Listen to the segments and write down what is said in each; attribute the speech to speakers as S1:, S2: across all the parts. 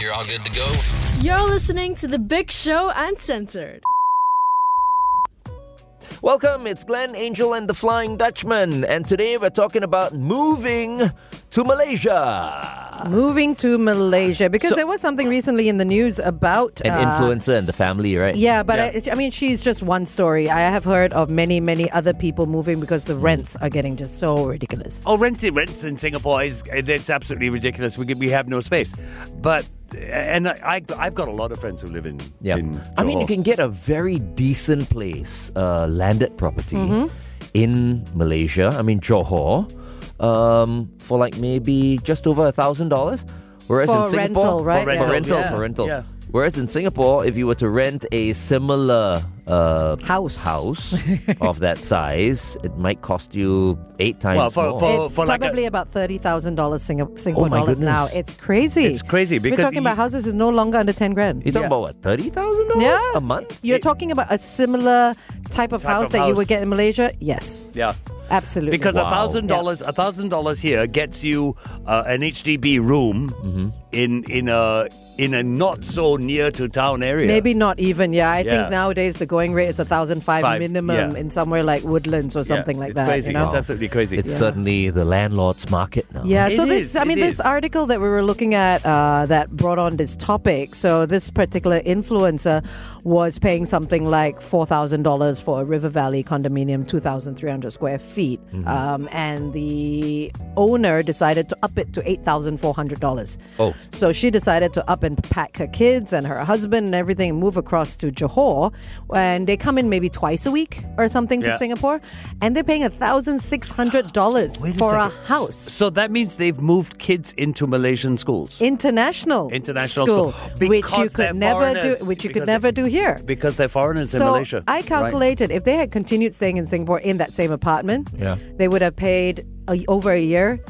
S1: You're all good to go.
S2: You're listening to The Big Show Uncensored.
S3: Welcome, it's Glenn Angel and the Flying Dutchman, and today we're talking about moving to Malaysia.
S4: Moving to Malaysia because
S3: So-
S4: there was something recently in the news about
S3: An
S4: uh,
S3: influencer and the family, right?
S4: Yeah, but I, I mean, she's just one story. I have heard of many, many other people moving because the rents are getting just so ridiculous.
S5: Oh, rent rents in Singapore is it's absolutely ridiculous. We could- we have no space, but and I I've got a lot of friends who live in
S3: yeah.
S5: in
S3: I mean, you
S5: Johor.
S3: can get a very decent place, uh, landed property
S4: Mm-hmm.
S3: in Malaysia. I mean, Johor, um, for like maybe just over a thousand dollars. Whereas in
S4: For
S3: Singapore,
S4: rental, right?
S3: For
S5: For
S3: rental, for rental.
S5: rental, yeah. Yeah.
S3: Whereas in Singapore, if you were to rent a similar uh,
S4: House.
S3: house of that size, it might cost you eight times
S5: Well, for-
S3: more.
S5: Oh, for-
S4: it's
S5: like a- Oh
S4: probably about thirty thousand dollars Singapore dollars now.
S3: goodness.
S4: It's crazy.
S5: It's crazy because
S4: we're talking about
S5: you-
S4: houses is no longer under ten grand.
S3: You're talking
S5: Yeah.
S3: about what thirty thousand
S4: yeah,
S3: dollars a month?
S4: You're
S5: It-
S4: talking about a similar type of
S5: Type
S4: house
S5: of
S4: that you would
S5: house.
S4: get in Malaysia. Yes,
S5: yeah.
S4: absolutely.
S5: Because a
S3: Wow.
S5: thousand dollars, a thousand dollars here gets you uh, an HDB room
S4: Mm-hmm.
S5: in in a in a not so near to town area.
S4: Maybe not even. Yeah, I
S5: Yeah.
S4: think nowadays the going rate is a thousand five
S5: Five,
S4: minimum
S5: yeah.
S4: in somewhere like Woodlands or
S5: Yeah,
S4: something like
S5: it's
S4: that.
S5: Crazy.
S4: You know?
S5: It's absolutely crazy.
S3: It's certainly the landlord's market now.
S4: Yeah, so
S5: It
S4: this,
S5: is,
S4: I mean,
S5: it
S4: this
S5: is.
S4: article that we were looking at uh, that brought on this topic. So, this particular influencer was paying something like $4,000 for a River Valley condominium, 2,300 square feet.
S5: Mm-hmm.
S4: Um, and the owner decided to up it to $8,400.
S3: Oh.
S4: So, she decided to up and pack her kids and her husband and everything and move across to Johor. And they come in maybe twice a week or something to
S5: Yeah.
S4: Singapore. And they're paying $1,600
S3: Wait a
S4: for a
S3: second.
S4: house
S5: so that means they've moved kids into Malaysian schools
S4: international
S5: International
S4: school,
S5: school.
S4: which you
S5: Because they're
S4: could never do,
S5: foreigners.
S4: which you could
S5: Because they-
S4: never do here.
S5: because they're foreigners
S4: so
S5: in Malaysia.
S4: I
S5: Right.
S4: calculated if they had continued staying in Singapore in that same apartment,
S3: Yeah.
S4: they would have paid a, over a year,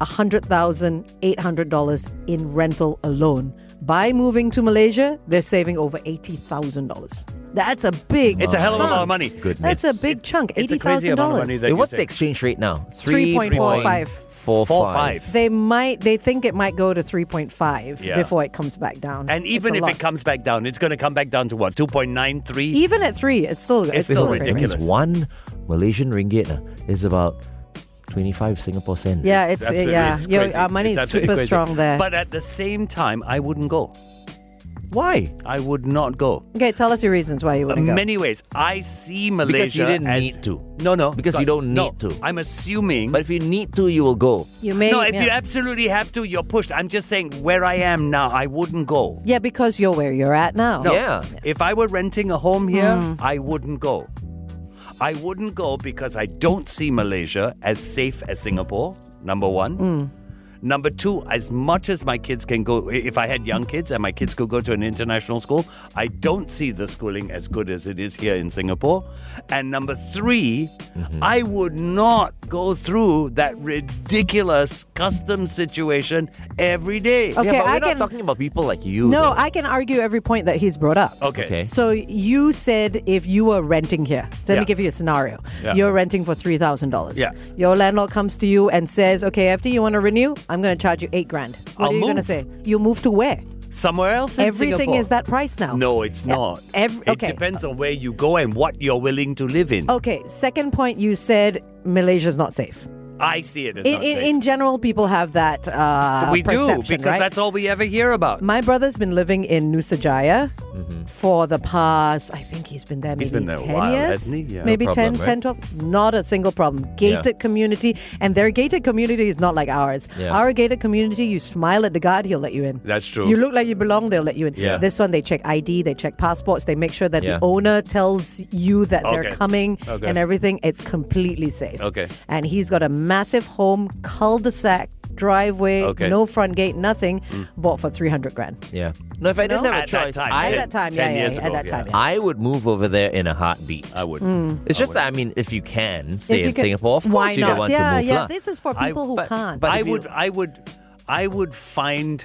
S4: hundred thousand eight hundred dollars in rental alone. By moving to Malaysia, they're saving over eighty thousand dollars. That's a big.
S5: It's a hell of a lot of
S4: chunk.
S5: money.
S3: Goodness.
S4: That's a big chunk.
S5: it's
S4: Eighty
S5: a crazy
S4: thousand
S5: amount of money
S4: dollars.
S5: that
S3: Hey, what's
S5: you
S3: the
S5: say.
S3: exchange rate now?
S4: 3.45.
S3: 3.45.
S5: Four five.
S4: They might. They think it might go to three point five
S5: Yeah.
S4: before it comes back down.
S5: And
S4: It's
S5: even
S4: a
S5: if
S4: lot.
S5: it comes back down, it's going to come back down to what two point nine three.
S4: Even at three, it's still it's,
S5: still
S4: great.
S5: ridiculous.
S3: Means one Malaysian ringgit uh, is about 25 Singapore cents.
S4: Yeah, it's uh,
S5: It's absolutely-
S4: yeah.
S5: it's
S4: Your,
S5: crazy.
S4: our money
S5: It's
S4: is super
S5: absolutely crazy.
S4: strong there.
S5: But at the same time, I wouldn't go.
S3: Why?
S5: I would not go.
S4: okay, tell us your reasons why you wouldn't go.
S5: Many ways. I see Malaysia
S3: didn't
S5: as-
S3: need to.
S5: No, no.
S3: Because you don't
S5: no,
S3: need to.
S5: I'm assuming.
S3: But if you need to, you will go.
S4: you may
S5: no, if
S4: yeah.
S5: you absolutely have to, you're pushed. I'm just saying where I am now, I wouldn't go.
S4: yeah, because you're where you're at now.
S5: No.
S3: Yeah.
S5: If I were renting a home here,
S4: Hmm.
S5: I wouldn't go. I wouldn't go because I don't see Malaysia as safe as Singapore, number one.
S4: Hmm.
S5: Number two, as much as my kids can go, i- if I had young kids and my kids could go to an international school, I don't see the schooling as good as it is here in Singapore. And number 3 I would not go through that ridiculous customs situation every day.
S4: Okay,
S3: yeah, but
S4: I
S3: we're not
S4: can-
S3: talking about people like you.
S4: No,
S3: though.
S4: I can argue every point that he's brought up.
S5: Okay.
S3: Okay.
S4: So you said if you were renting here, so let
S5: Yeah.
S4: me give you a scenario.
S5: Yeah.
S4: You're renting for three thousand dollars.
S5: Yeah.
S4: Your landlord comes to you and says, "Okay, after you want to renew, I'm going to charge you eight grand." What
S5: I'll
S4: are you going to
S5: move.
S4: say? You move to where?
S5: Somewhere else in
S4: Everything
S5: Singapore.
S4: is that price now.
S5: No, it's
S4: Yeah,
S5: not.
S4: ev- okay. Oh.
S5: It depends on where you go and what you're willing to live in.
S4: Okay. Second point, you said Malaysia's not safe.
S5: I see it as
S4: In,
S5: not
S4: in,
S5: safe.
S4: in general, people have that uh,
S5: we do
S4: perception,
S5: because
S4: right?
S5: that's all we ever hear about.
S4: My brother's been living in Nusa Jaya for the past, I think he's been there maybe
S5: Mm-hmm. He's been
S4: 10
S5: there a while,
S4: years.
S5: hasn't he? Yeah. No
S4: Maybe
S3: problem,
S4: 10,
S3: right?
S4: 10, 12. Not a single problem. Gated community. And their gated community is not like ours.
S3: Yeah.
S4: Our gated community, you smile at the guard, he'll let you in.
S5: That's true.
S4: You look like you belong, they'll let you in.
S5: Yeah.
S4: This one, they check ID, they check passports, they make sure that
S3: Yeah.
S4: the owner tells you that they're
S5: Okay.
S4: coming
S5: Okay.
S4: and everything. It's completely safe.
S5: Okay.
S4: And he's got a massive home, cul-de-sac, driveway,
S5: Okay.
S4: no front gate, nothing, bought for 300 grand.
S3: Yeah. No, if I didn't
S5: No?
S3: have a
S5: At that
S3: choice,
S5: time,
S3: I,
S4: At
S5: Ten-
S4: that time,
S5: ten
S4: yeah, yeah,
S5: years
S4: yeah, at
S5: ago,
S4: that time, yeah. Hmm.
S3: I would move over there in a heartbeat.
S5: I would.
S3: It's just, I mean, if you can stay
S4: If you
S3: in
S4: can-
S3: Singapore, of course
S4: why
S3: you
S4: not?
S3: don't want
S4: yeah,
S3: to move.
S4: yeah.
S3: lah.
S4: This is for
S5: I-
S4: people who
S3: but-
S4: can't.
S3: but-
S5: I
S3: if you-
S5: would. I would. I would find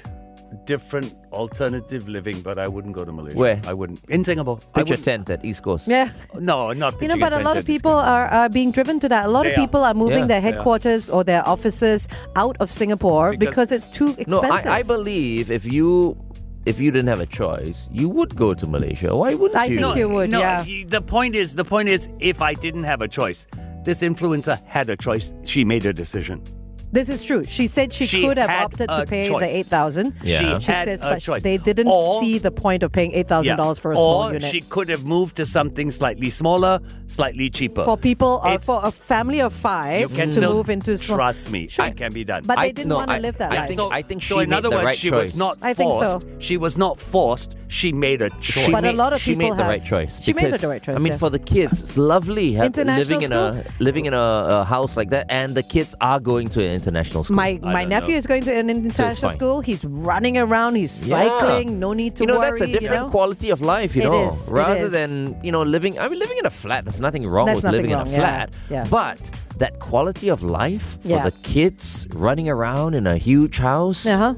S5: different alternative living, but I wouldn't go to Malaysia.
S3: Where?
S5: I wouldn't in Singapore. I
S3: Pitch a
S5: wouldn't.
S3: tent at East Coast.
S4: yeah.
S5: No, not
S4: You
S5: pitching
S4: know, but a
S5: tent
S4: lot
S5: at
S4: of
S5: East
S4: people
S5: Coast.
S4: are, are being driven to that. A lot of
S5: They are.
S4: people are moving
S3: Yeah,
S4: their
S3: they are.
S4: headquarters or their offices out of Singapore because,
S5: Because-
S4: it's too
S3: No,
S4: expensive.
S3: I, I believe if you if you didn't have a choice, you would go to Malaysia. Why wouldn't
S4: I
S3: you?
S4: think you would,
S5: no,
S4: yeah.
S5: y- The point is, the point is, if I didn't have a choice, this influencer had a choice. She made a decision.
S4: This is true. She said she,
S5: She
S4: could have
S5: had
S4: opted
S5: a
S4: to pay
S5: choice.
S4: the eight thousand.
S3: Yeah. She
S4: she
S5: had
S4: says,
S5: a
S4: but
S5: choice.
S4: they didn't
S5: Or-
S4: see the point of paying eight thousand dollars for a small
S5: or
S4: unit.
S5: she could have moved to something slightly smaller, slightly cheaper.
S4: for people, uh,
S5: It's-
S4: for a family of
S5: you
S4: five
S5: can
S4: to
S5: still-
S4: move into small.
S5: Trust me,
S4: Sure.
S5: it can be done.
S4: But
S3: I-
S4: they didn't
S3: no,
S4: want to
S3: I-
S4: live that
S3: I
S4: life.
S3: think- she
S5: so. In
S3: made
S5: other
S3: the
S5: words,
S3: right
S5: she
S3: choice.
S5: was not forced.
S4: I think so.
S5: She was not forced. She made a choice.
S3: She
S4: But a
S3: made-
S4: lot of
S3: she
S4: people
S3: made the
S4: have-
S3: right choice.
S4: She made
S3: because,
S4: the right choice,
S3: I mean,
S4: yeah.
S3: for the kids, it's lovely ha-
S4: International
S3: living in a living in a, a house like that, and the kids are going to an international school.
S4: My
S5: I
S4: my
S5: don't
S4: nephew
S5: know.
S4: is going to an international
S3: fine.
S4: school. He's running around. He's
S3: Yeah.
S4: cycling. No need to
S3: you know
S4: worry.
S3: that's a different
S4: you know?
S3: quality of life. You
S4: It
S3: know,
S4: is, it
S3: rather
S4: is.
S3: than you know living. I mean, living in a flat. There's nothing wrong
S4: There's
S3: with
S4: nothing
S3: living
S4: wrong,
S3: in a
S4: yeah,
S3: flat.
S4: yeah.
S3: But that quality of life for
S4: Yeah.
S3: the kids running around in a huge house.
S4: Uh huh.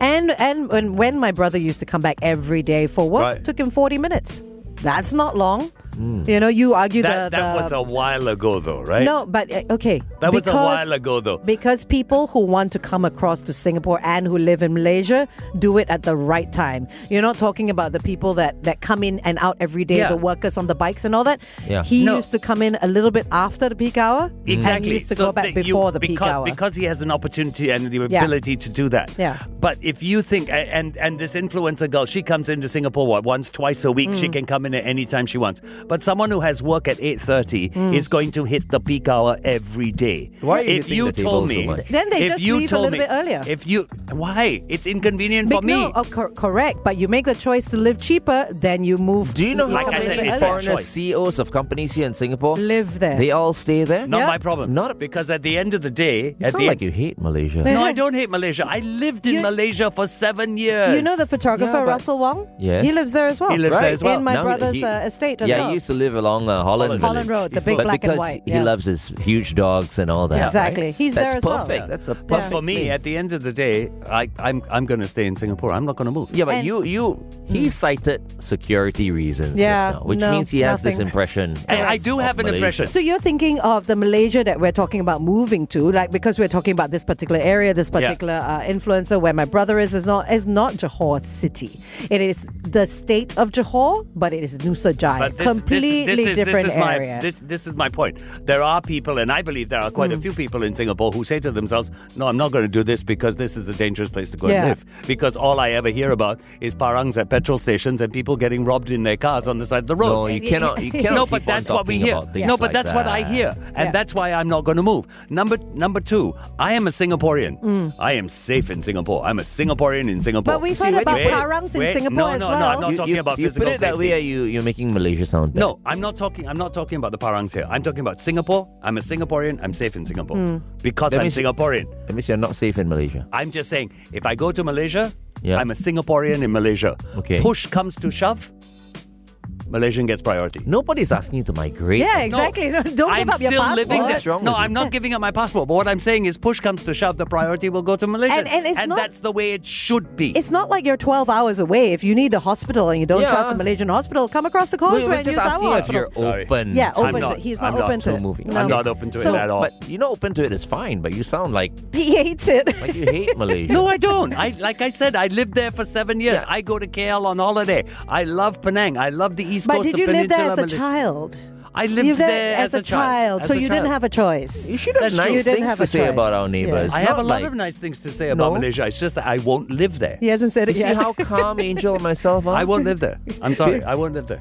S4: And and when when my brother used to come back every day for work,
S5: Right. Hmm.
S4: took him forty minutes. That's not long. You know, you argue
S5: that,
S4: the, the
S5: that was a while ago, though, right?
S4: no, but uh, okay.
S5: That was a
S4: because-
S5: while ago, though.
S4: Because people who want to come across to Singapore and who live in Malaysia do it at the right time. You're not talking about the people that, that come in and out every day,
S5: Yeah.
S4: the workers on the bikes and all that.
S3: Yeah.
S4: He
S5: No.
S4: used to come in a little bit after the peak hour. And
S5: Exactly.
S4: he used to go back
S5: that you-
S4: before the
S5: because,
S4: peak hour.
S5: Because he has an opportunity and the
S4: Yeah.
S5: ability to do that.
S4: Yeah.
S5: But if you think, a- and, and this influencer girl, she comes into Singapore, what, once, twice a week.
S4: Mm.
S5: She can come in at any time she wants. But someone who has work at 8.30
S4: Mm.
S5: is going to hit the peak hour every day.
S3: Why are you
S5: if
S3: hitting
S5: you
S3: the
S5: told
S3: table so
S5: me,
S3: much?
S4: Then they
S5: if
S4: just
S5: you
S4: leave a
S5: told
S4: little
S5: me-
S4: bit earlier.
S5: If you, why? It's inconvenient
S4: Big-
S5: for me.
S4: No, oh, cor- correct. But you make the choice to live cheaper, then you move.
S3: Do you know
S5: Like
S3: how
S5: I said
S3: many
S5: before,
S3: foreigners,
S5: choice.
S3: CEOs of companies here in Singapore
S4: Live there.
S3: They all stay there.
S5: Not
S4: Yeah.
S5: my problem.
S3: Not a-
S5: because at the end of the day,
S3: You
S5: at
S3: sound
S5: the
S3: like you hate Malaysia.
S5: no, I don't hate Malaysia. I lived in
S4: You-
S5: Malaysia for seven years.
S4: You know the photographer
S3: Yeah, but-
S4: Russell Wong?
S3: Yes.
S4: He lives there as well.
S5: He lives there as well.
S4: In my
S3: Now he-
S4: brother's
S3: he-
S4: uh, estate as
S3: yeah,
S4: well.
S3: he used to live along uh, Holland Village.
S4: Holland Road, the big
S3: but
S4: black
S3: because
S4: and white.
S3: he
S4: yeah.
S3: loves his huge dogs and all that. right?
S4: Exactly. He's
S3: That's
S4: there as well.
S3: perfect.
S4: Yeah.
S3: That's a perfect.
S5: But for me,
S3: place.
S5: at the end of the day, I, I'm I'm going to stay in Singapore. I'm not going to move.
S3: yeah, but
S4: and- Hmm.
S3: you you he cited security reasons.
S4: Yeah,
S3: just now, which
S4: no,
S3: means he has this
S4: nothing.
S3: impression.
S5: And
S3: of-
S5: I do
S3: of
S5: have an
S3: Malaysia.
S5: impression.
S4: So you're thinking of the Malaysia that we're talking about moving to, like because we're talking about this particular area, this particular uh, influencer where my brother is is not is not Johor City. It is the state of Johor, but it is Nusa Jaya,
S5: But this,
S4: completely
S5: this, this is,
S4: different
S5: this is my,
S4: area.
S5: This this is my point. There are people, and I believe there are quite
S4: Hmm.
S5: a few people in Singapore who say to themselves, "No, I'm not going to do this because this is a dangerous place to go
S4: Yeah.
S5: and live." Because all I ever hear about is parangs at petrol stations and people getting robbed in their cars on the side of the road.
S3: No, you cannot. You cannot.
S5: no,
S3: keep
S5: but
S3: on
S5: that's what we
S3: talking
S5: hear.
S3: about things
S5: No, but
S3: like
S5: that's what I
S3: that.
S5: hear, and
S4: Yeah.
S5: that's why I'm not going to move. Number number two, I am a Singaporean. I am safe in Singapore. I'm a Singaporean in Singapore.
S4: Mm. But we've heard
S5: when
S4: about
S5: you-
S4: parangs in
S5: wait,
S4: Singapore
S5: no,
S4: as
S5: no, No,
S4: well.
S5: I'm not
S3: you,
S5: talking
S3: you-
S5: about
S3: you
S5: physical
S3: put it that
S5: safety.
S3: way, are you you're making Malaysia sound bad.
S5: No, I'm not talking. I'm not talking about the parangs here. I'm talking about Singapore. I'm a Singaporean. I'm safe in Singapore
S4: Mm.
S5: because
S3: That
S5: I'm
S3: means-
S5: Singaporean.
S3: That means you're not safe in Malaysia.
S5: I'm just saying, if I go to Malaysia,
S3: Yeah.
S5: I'm a Singaporean in Malaysia.
S3: Okay.
S5: Push comes to shove, Malaysian gets priority.
S3: Nobody's asking you to migrate.
S4: yeah, exactly. No, don't
S5: I'm
S4: give up your
S5: still
S4: passport.
S5: living
S3: What's
S5: there.
S3: wrong
S5: No,
S3: with
S5: I'm
S3: you?
S5: not giving up my passport. But what I'm saying is, push comes to shove, the priority will go to Malaysia,
S4: And- and it's not-
S5: that's the way it should be.
S4: It's not like you're 12 hours away. If you need a hospital and you don't
S3: Yeah.
S4: trust the Malaysian hospital, come across the
S3: We-
S4: causeway
S3: We're
S4: and
S3: just
S4: use
S3: asking
S4: our
S3: if you're
S4: hospitals.
S5: Sorry.
S3: open.
S4: Yeah,
S3: to-
S4: open
S5: not-
S4: to He's not
S5: I'm not
S4: open to
S3: to moving.
S4: No.
S5: I'm not open to
S4: So-
S5: it at all.
S3: But you're not open to it. It's fine. But you sound like
S4: He hates it.
S3: like you hate Malaysia.
S5: No, I don't. I like I said, I lived there for seven years.
S3: Yeah.
S5: I go to KL on holiday. I love Penang. I love the East
S4: But
S5: Coast.
S4: did
S5: the
S4: you live there
S5: Peninsula,
S4: as a
S5: Malaysia.
S4: child?
S5: I lived
S4: You've
S5: there as,
S4: a child,
S5: as
S4: so
S5: a
S4: you
S5: child.
S4: didn't have a choice.
S3: You should have
S5: That's
S3: nice
S5: true.
S4: You didn't
S3: things
S4: have
S3: to
S4: a
S3: say about our
S4: choice.
S3: neighbors.
S5: I have
S3: Not
S5: a lot
S3: like-
S5: of nice things to say about
S3: No.
S5: Malaysia. It's just that I won't live there.
S4: He hasn't said
S3: You
S4: it
S3: see
S4: yet.
S3: how calm Angel and myself are?
S5: I won't live there. I'm sorry. I won't live there.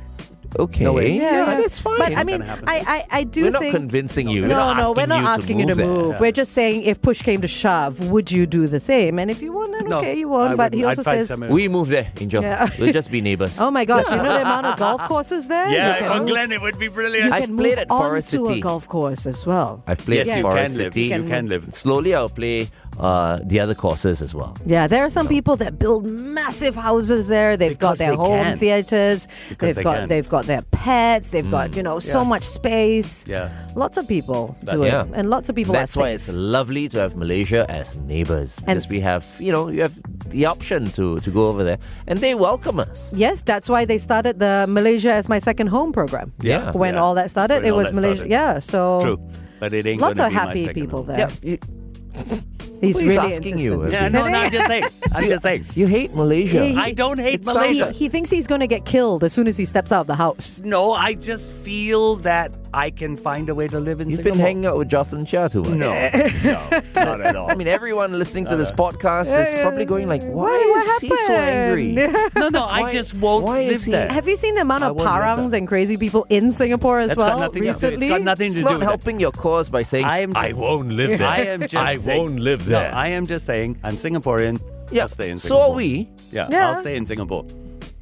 S3: Okay.
S5: No way.
S3: yeah, that's fine.
S4: But I
S5: Ain't
S4: mean,
S5: gonna happen.
S4: I, I, I do
S3: we're not
S4: think.
S3: convincing you.
S4: no, no, we're not asking you to
S3: there.
S4: move. We're just saying if push came to shove, would you do the same? And if you want, then
S5: No,
S4: okay, you
S5: I
S4: won't. But he
S5: wouldn't.
S4: also
S5: I'd find
S4: says,
S5: somewhere-
S3: We move there, Angel.
S4: Yeah.
S3: We'll just be neighbors.
S4: oh my gosh, you know the amount of golf courses there? you
S5: Yeah,
S4: can
S5: oh,
S4: move,
S5: Glenn, it would be
S4: you
S5: brilliant.
S3: I- I've
S4: can
S3: played
S4: move
S3: at
S4: on
S3: Forest
S4: to a
S3: City.
S4: golf course as well.
S3: I've played
S5: yes, you
S3: Forest
S5: can live.
S3: City.
S5: You can live.
S3: Slowly, I'll play uh, the other courses as well.
S4: Yeah, there are some people that build massive houses there. They've got
S5: Because
S4: their
S5: they
S4: home
S5: can.
S4: theaters. they've
S5: they
S4: got
S5: can. Mm.
S4: they've got their pets. They've got you know so much space.
S5: Yeah.
S4: lots of people do it,
S3: yeah.
S4: and lots of people.
S3: That's
S4: are
S3: why
S4: safe.
S3: it's lovely to have Malaysia as neighbors because we have, you know, you have the option to to go over there, and they welcome us.
S4: Yes, that's why they started the Malaysia as my second home program.
S5: Yeah,
S4: when
S5: yeah.
S4: all that started,
S5: When
S4: it
S5: all
S4: was
S5: that
S4: Malaysia.
S5: started.
S4: Yeah, so
S5: True, but it ain't
S4: lots
S5: gonna
S4: of
S5: be my
S4: happy
S5: second
S4: people
S5: home.
S4: there.
S3: you-
S4: He's
S3: Well, he's
S4: really
S3: asking
S4: insistent.
S3: you, isn't
S5: Yeah, no, no, I'm just saying. I'm just saying.
S3: You hate Malaysia.
S5: I don't hate
S4: It sounds-
S5: Malaysia.
S4: He, he thinks he's going to get killed as soon as he steps out of the house.
S5: No, I just feel that I can find a way to live in
S3: You've been
S5: Singapore.
S3: hanging out with Jocelyn Chia too much.
S5: no, no, not at all.
S3: I mean, everyone listening to this podcast is probably going like, "Why is he so angry?"
S5: no, no, I just won't
S3: why
S5: live
S3: is he-
S5: there.
S4: Have you seen the amount of
S3: I wasn't at
S4: parangs
S3: that.
S4: and crazy people in Singapore as
S5: That's
S4: well
S5: got nothing to do.
S4: recently?
S5: It's got nothing
S3: It's
S5: to do
S3: not
S5: with it.
S3: helping your cause by saying,
S5: I am just-
S3: won't live there."
S5: I am just. saying- No, I am just saying. I'm Singaporean.
S3: yeah.
S5: I'll stay in
S3: so
S5: Singapore.
S3: are we.
S5: Yeah,
S4: Yeah.
S5: I'll stay in Singapore.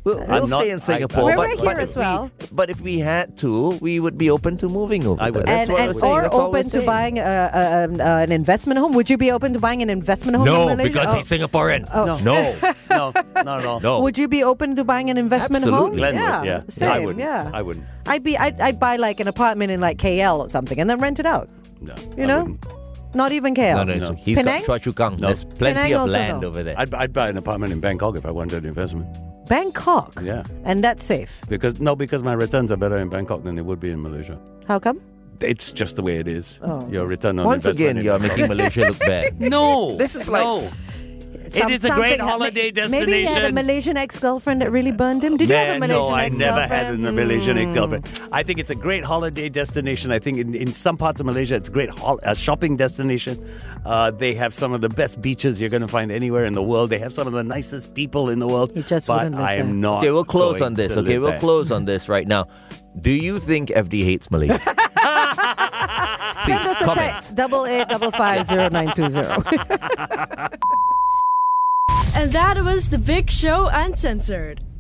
S3: We'll, we'll
S5: not-
S3: stay in
S5: I-
S3: Singapore.
S5: We're-
S3: but,
S5: we're
S3: but
S5: here
S3: if
S4: as well.
S3: We, but if we had to, we would be open to moving over.
S5: I
S3: there.
S5: would.
S3: That's
S4: and,
S3: what
S4: and
S3: we're saying.
S4: or
S3: That's all we're
S4: open to
S3: saying.
S4: buying a, a, um, uh, an investment home. Would you be open to buying an investment home? in Malaysia? Oh.
S3: Singaporean. No.
S5: No, not at all.
S4: Would you be open to buying an investment
S3: Absolutely.
S4: home?
S5: Glenwood, yeah. Yeah, I
S4: Same,
S5: wouldn't.
S4: yeah.
S5: I wouldn't.
S4: I'd be. I'd, I'd buy like an apartment in like KL or something, and then rent it out.
S5: No,
S4: You
S5: I
S4: know,
S5: wouldn't.
S4: not even KL.
S3: No, no, no. He's
S4: Penang?
S3: got Choa Chu Kang.
S5: No.
S3: There's plenty
S4: Penang
S3: of
S4: also
S3: land
S4: no.
S3: over there.
S5: I'd, I'd buy an apartment in Bangkok if I wanted an investment.
S4: Bangkok.
S5: Yeah.
S4: and that's safe.
S5: Because no, because my returns are better in Bangkok than they would be in Malaysia.
S4: How come?
S5: It's just the way it is.
S4: Oh.
S5: Your return on
S3: Once again,
S5: investment in
S3: you're
S5: Bangkok.
S3: making Malaysia look bad.
S5: No,
S3: This is like-
S5: no.
S4: Some-
S5: it is a great
S4: something hap-
S5: holiday destination.
S4: Maybe he had a Malaysian ex-girlfriend that really burned him. Did you have a
S5: Man,
S4: Malaysian
S5: no, I
S4: ex-girlfriend? Mm.
S5: never had an Malaysian ex-girlfriend. I think it's a great holiday destination. I think in, in some parts of Malaysia, it's a great hol- uh, shopping destination. Uh, they have some of the best beaches you're going to find anywhere in the world. They have some of the nicest people in the world.
S4: You just
S5: but
S4: wouldn't live
S5: I am
S4: there.
S5: not.
S3: Okay, we'll close
S5: going
S3: on this.
S5: to
S3: Okay,
S5: live
S3: we'll
S5: there.
S3: close on this right now. Do you think FD hates Malaysia?
S4: Send us a text double eight double five zero nine two zero.
S2: And that was The Big Show Uncensored.